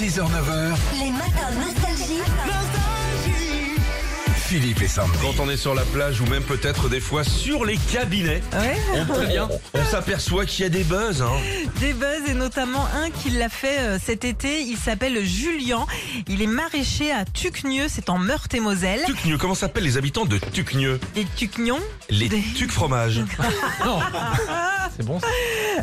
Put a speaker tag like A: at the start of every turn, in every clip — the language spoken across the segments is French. A: 6h, 9h,
B: Les matins nostalgie.
A: Philippe et Sandy.
C: Quand on est sur la plage ou même peut-être des fois sur les cabinets,
D: Ouais,
C: on, on- on s'aperçoit qu'il y a des buzz. hein.
D: des buzz et notamment un qui l'a fait euh, cet été. Il s'appelle Julien. Il est maraîcher à Tucnieux, c'est en Meurthe-et-Moselle.
C: Tucnieux, comment s'appellent les habitants de Tucnieux
D: Des Tucnions.
C: Les
D: Des-
C: Tuc fromages.
E: C'est bon, ça.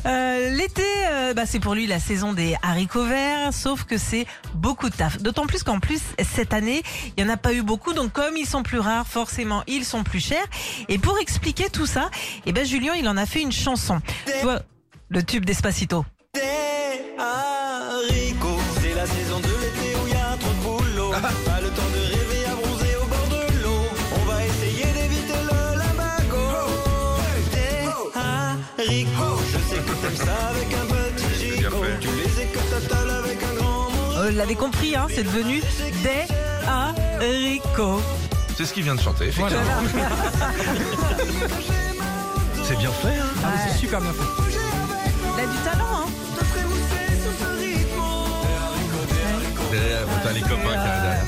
D: Euh, L'été, euh, bah, c'est pour lui la saison des haricots verts, sauf que c'est beaucoup de taf. D'autant plus qu'en plus, cette année, il n'y en a pas eu beaucoup. Donc comme ils sont plus rares, forcément, ils sont plus chers. Et pour expliquer tout ça, eh ben, Julien, il en a fait une chanson. Tu vois, le tube d'Espacito.
F: Des haricots, c'est la saison de l'été où il y a trop de boulot. Pas le temps de rêver à bronzer au bord de l'eau. On va essayer d'éviter le lambago. Des haricots, je sais que t'aimes ça avec un petit
C: bien
F: gigot.
C: fait.
F: Tu les écoutes avec un grand mot.
D: Euh, Vous l'avez compris, hein, c'est devenu des haricots.
C: C'est ce qu'il vient de chanter, effectivement. C'est bien fait, hein
E: Ah, mais C'est super bien fait.
D: Il a du talent, hein
F: Te frémousser sous ce rythme. Des haricots, des haricots.
C: Eh, putain, les copains, derrière.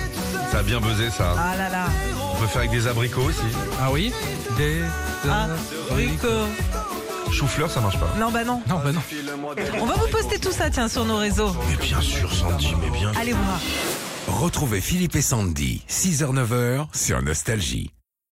C: ça a bien buzzé, ça.
D: Ah là là,
C: On peut faire avec des abricots aussi.
E: Ah oui Des.
D: haricots.
C: Chou-fleur, ça marche pas.
D: Ah, Non, bah non.
E: Non, bah non.
F: File-moi
D: On va vous poster tout ça, tiens, sur nos réseaux.
C: Mais bien sûr, Sandy, mais bien sûr.
D: Allez voir.
A: Retrouvez Philippe et Sandy, 6h, 9h sur Nostalgie.